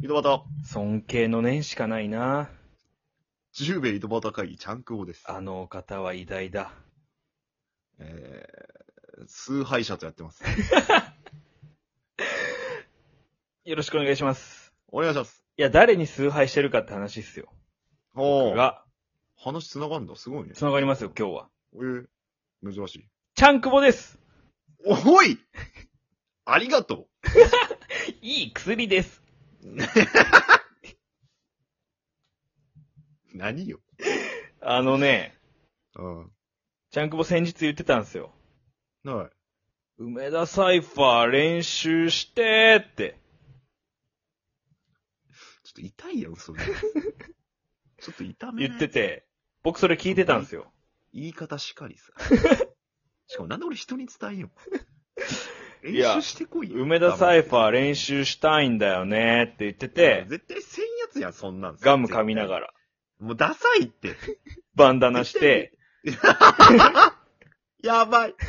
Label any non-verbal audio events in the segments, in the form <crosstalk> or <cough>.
井戸端、尊敬の念しかないな。十兵衛井戸端会議、ちゃんくぼです。あのお方は偉大だ。えー、崇拝者とやってます。よろしくお願いします。お願いします。いや、誰に崇拝してるかって話っすよ。おー、が、話繋がるんだ。すごいね。繋がりますよ、今日は。えー、珍しい。ちゃんくぼです。おいありがといい薬です。う何よ。あのね、うん。ちゃんくぼ先日言ってたんですよ。はい。梅田サイファー練習してーって。ちょっと痛いやん、 <laughs> それ。ちょっと痛め言なっいて。て、僕それ聞いてたんですよ。言い方しかり <laughs> さ。しかもなんで俺人に伝えんよ。い練や習してこいよ。梅田サイフーァー練習したいんだよねーって言ってて、絶対せんやつやん、そんなん。ガム噛みながら、ら。もうダサいって。バンダナして、やばい。 <laughs>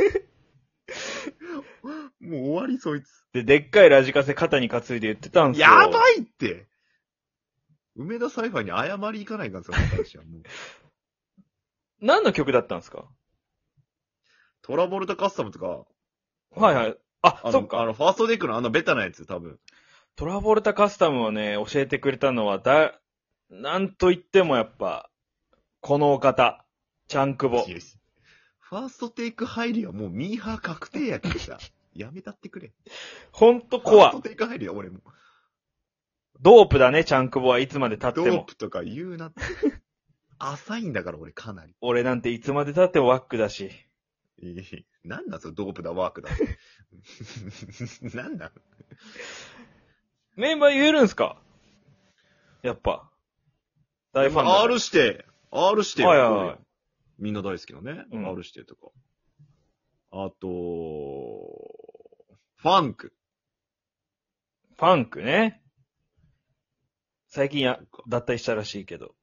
もう終わり、そいつ。で、でっかいラジカセ肩に担いで言ってたんですよ。やばいって梅田サイファーに謝り行かないかんすよ、私は。も <laughs> う。何の曲だったんですかトラボルタカスタムとか。。はいはいい。あ、あそっの、か。あのファーストテイクのあのベタなやつ、多分。トラボルタカスタムをね、教えてくれたのは、だ、なんと言ってもやっぱ、このお方、チャンクボい。やファーストテイク入りはもうミーハー確定やけどさ。やめたってくれ。ほんとコファースアト。テイク入りは俺も。ドープだね、チャンクボはいつまで経ドってーも。プとか言うなって。浅いんだから俺かなり。俺なんていつまで経ってもワックだし。いいなんだそれ、ドープだ、ワークだ。 <laughs> なんだメンバー言えるんすかやっぱ。大ファンだから。 R して、R して、はいはいはいみんな大好きなね。うん R してとか。あと、ファンクファンクね。最近とや、か。脱退したらしいけど。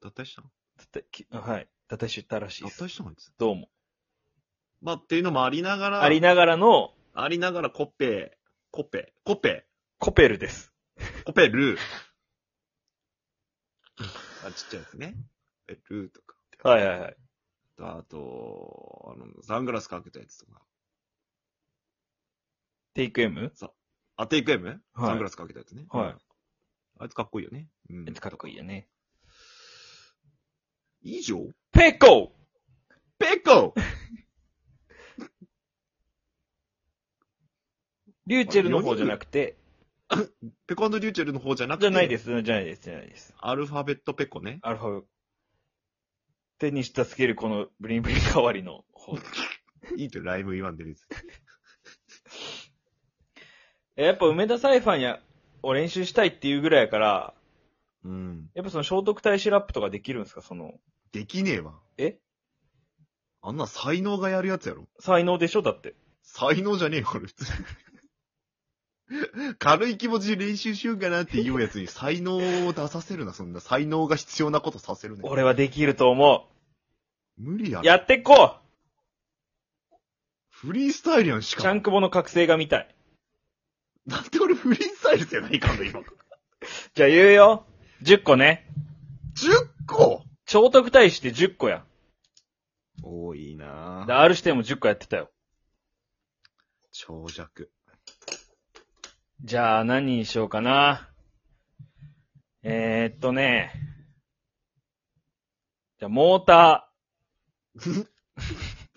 脱退したの脱退きはい。脱退したらしい脱です。退したのあいつ。どうも。まあ、っていうのもありながら、ありながらの、ありながらコッペ、コッペ、コッペ、コペルです。コペ <laughs> ルー。あ、ちっちゃいやつね。コペルーとか。はいはいはい。あと、あの、サングラスかけたやつとか。テイク M? あ、テイク M? はいサングラスかけたやつね。はい。あいつかっこいいよね。うん。かっこいいよね。以上ペコペコリューチェルの方じゃなくて、ペコリューチェルの方じゃなくて。。じゃないですす、じゃないです、じゃないです。アルファベットペコね。アルファ手にしたつけるこのブリンブリン代わりの方。いいってライブ言わんでるやつ。えやっぱ梅田サイファンや、を練習したいっていうぐらいやから、うん。やっぱその聖徳太子ラップとかできるんですかその、できねえわ。えあんな才能がやるやつやろ。才能でしょだって。才能じゃねえよ、これ普通に。軽い気持ちで練習しようかなっていうやつに才能を出させるな、そんな。才能が必要なことさせるね。俺はできると思無理やう。ろ。やってっこフリースタイルやん、しうかちゃも。んくぼの覚醒が見たい。だって俺フリースタイルじゃないかんだ、今。じゃあ言うよ。10個ね。 10個聖徳太子って10個や。多いなぁ。で R しても10個やってたよ。長尺。じゃあ何にしようかな。えー、っとね。じゃあモータ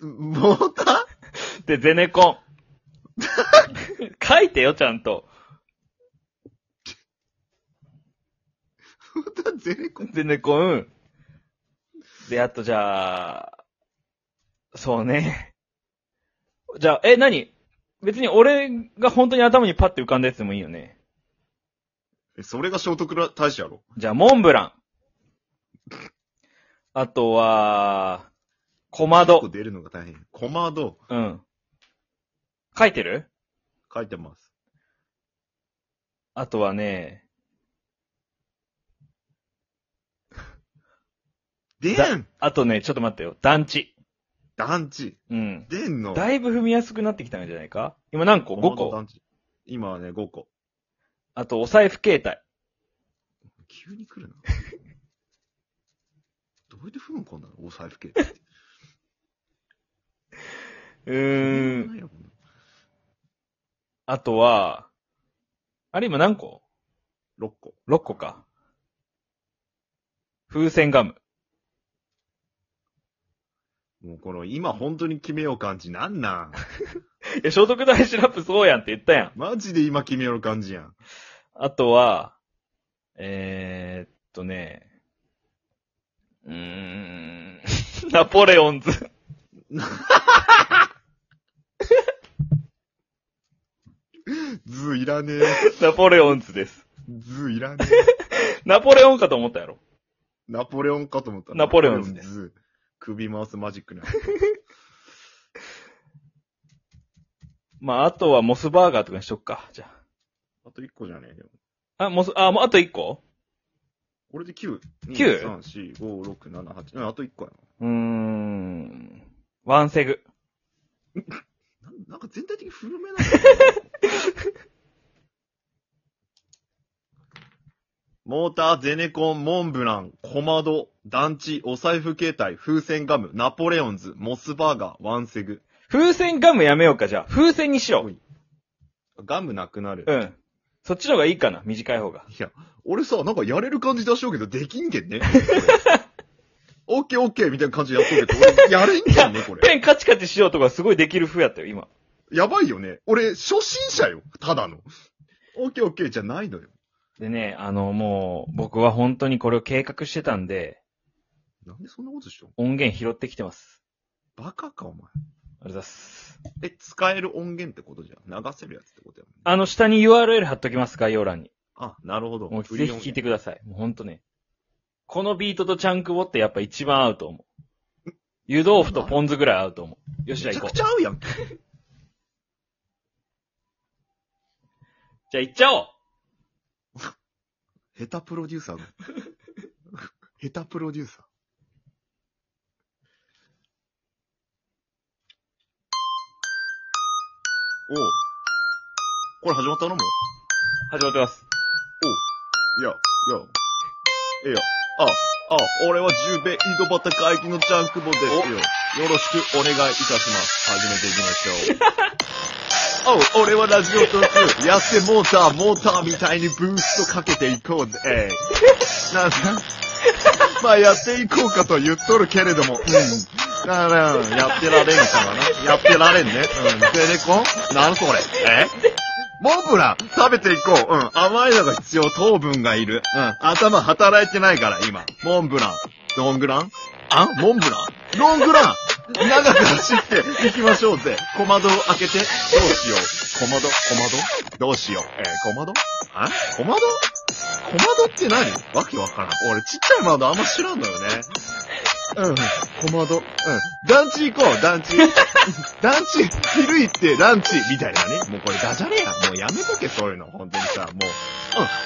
モーターでゼネコン。書いてよ、ちゃんと。ーモーターゼネコン。ゼネコン。で、あとじゃあ、そうね。じゃあ、え、何別に俺が本当に頭にパッて浮かんだやつでもいいよね。えそれが聖徳太子やろ。じゃあ、モンブラン。あとは、小1個窓。出るのが大変。コマド、うん。書いてる書いてます。あとはね、でんあとね、ちょっと待ってよ。団地。団地。うん。でんの。だいぶ踏みやすくなってきたんじゃないか今何個 ?5 コマド個。団地今はね、5個。あと、お財布携帯。急に来るな。 <laughs> どうやって不運こんなのお財布系って。ううーん。。あとは、あれ今何個6個。 ?6 個か。風船ガム。もうこの、今本当に決めよう感じなんなんえ、所得大シラップそうやんって言ったやん。マジで今決めよう感じやん。あとは、えー、っとね、うーん、 <laughs> ナポレオンズ。 <laughs> ズーいらねえ。ナポレオンズです。ズーいらねえ。ナポレオンかと思ったやろ。ナポレオンかと思ったら。ナポレオンですねズー。首回すマジックな。まあ、あとはモスバーガーとかにしとくか。じゃあと1個じゃねえよ。あ。あ、モス、あ、もうあと1個これで9。九 ?3、4、5、6、7、8。うん、あと1個やうーん、ワンセグ。な。なんなんか全体的に古めなんだよモーター、ゼネコン、モンブラン、小窓、団地、お財布携帯、風船ガム、ナポレオンズ、モスバーガー、ワンセグ。風船ガムやめようか、じゃあ。風船にしよガムなくなる。う。うん。そっちの方がいいかな、短い方が。いや、俺さ、なんかやれる感じ出しようけど、できんけんね。オッケーオッケーみたいな感じでやっとるけど、俺、やれんけんね、これ。ペンカチカチしようとかすごいできる風やったよ、今。やばいよね。俺、初心者よ。ただの。オッケーオッケーじゃないのよ。でね、あの、もう、僕は本当にこれを計画してたんで、なんでそんなことしよ音源拾ってきてます。うバカか、お前。ありがとうございます。え、使える音源ってことじゃん。流せるやつってことやもんね。あの、下に URL 貼っときます、概要欄に。あ、なるほど。もうフリぜーひ音聞い源てください。もうほんとね。このビートとチャンクボってやっぱ一番合うと思う。湯豆腐とポン酢ぐらい合うと思う。よし、じゃめあちゃ行こくう。ちゃ合うやんけ。じゃあ行っちゃおう下手プロデューサーだ。 <laughs> 下手プロデューサー。おう。これ始まったのもう始まってます。いや、いや、いや、あ、あ、俺は十兵衛井戸端会議のジャンクボですよ。よろしくお願いいたします。始めていきましょう。 <laughs> おう、俺はラジオトーク、やってモーター、モーターみたいにブーストかけていこうぜ。 <laughs> なんだまあやっていこうかと言っとるけれども、うん。なら、やってられんからな。やってられんね。うん。ゼネコンなんそれえモンブラン食べていこう。うん。甘いのが必要。糖分がいる。うん。頭働いてないから、今。モンブラン。ロングランあモンブランロングラン長く走っていきましょうぜ。小窓を開けて、どうしよう。小窓、小窓どうしよう。えー小窓あ小窓小窓って何わけわからん。俺ちっちゃい窓あんま知らんのよね。うん、小窓。うん。団地行こう、団地。団地、昼行って団地、みたいなね。もうこれダジャレやん。もうやめとけ、そういうの。本当にさ、もう。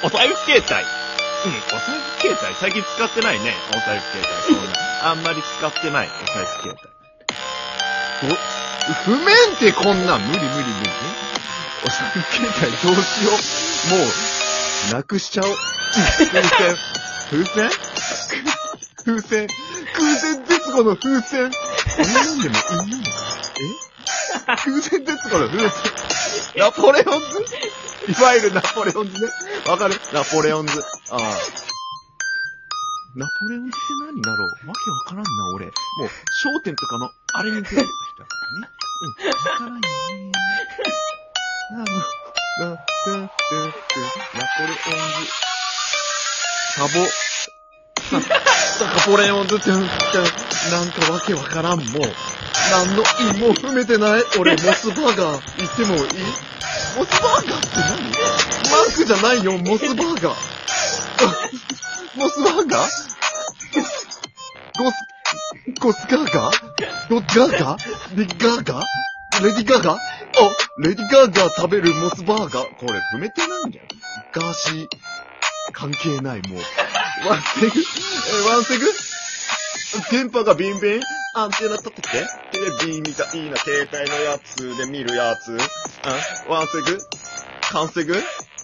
うん、お財布携帯。うん、お財布携帯。最近使ってないね。お財布携帯。そんな。あんまり使ってない。お財布携帯。ど、譜面ってこんなん無理無理無理ね。お財布携帯どうしよう。もう、なくしちゃおう。風船風船風船空前絶後の風船こんなんでもいいのえ空前絶後の風船ナポレオンズいわゆるナポレオンズね。わかるナポレオンズ。ああ。ナポレオンズって何だろうわけわからんな、俺。もう、焦点とかの、あれに出てきたからね。うん、わからんよね。なの、ナポレオンズ。サボ。サポレオンズって、なんかわけわからん、もう。何の意味も含めてない。俺、モスバーガー、行ってもいいモスバーガーって何マックじゃないよ、モスバーガー。あモスバーガーゴス、ゴスガーガーゴガーガーレディガーガーレディガーガーあ、レディガーガー食べるモスバーガー。これ、踏めてないんじゃん。ガーシー、関係ない、もう。ワンセグえワンセグ電波がビンビンアンテナ立てて。テレビみたいな携帯のやつで見るやつ。あワンセグカンセグ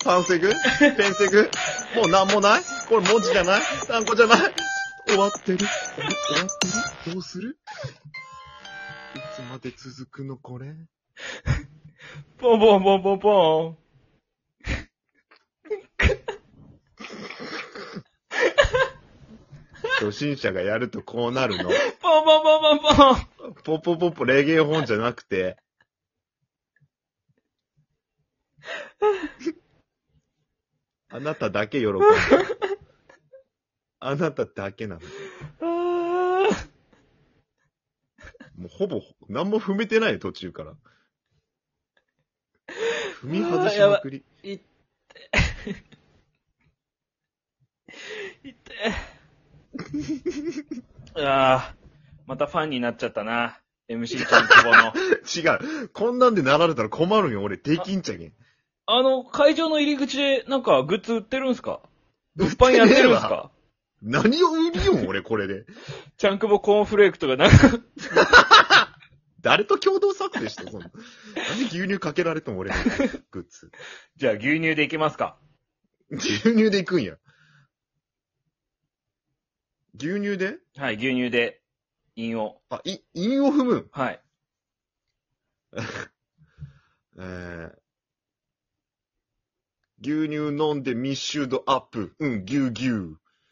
パンセグペンセグもうなんもないこれ文字じゃない単語じゃない終わってる終わってるどうするいつまで続くのこれポンポンポンポンポン。初心者がやるとこうなるの。ポンポンポンポンポン。ポポポポレゲエ本じゃなく <laughs> て、あなただけ喜ぶ。あなただけなの。あーもうほぼ、何も踏めてない途中から。踏み外しまくり。いって。いって。ああ、またファンになっちゃったな。MC ちゃんとこの。違う。こんなんでなられたら困るんよ、俺。できんちゃけん。あの、会場の入り口でなんかグッズ売ってるんすか物販やっ売てねてるんすえわか何を売りよん、俺、これで。チャンクボコーンフレークとかなんか、誰と共同作成 <laughs> して、そんな。なんで牛乳かけられても俺のグッズ。じゃあ牛乳でいきますか。牛乳で行くんや。牛乳ではい、牛乳で、飲を。あ、い、韻を踏むん。はい。えー、牛乳飲んで密集度アップ。うん、ぎゅうぎゅう。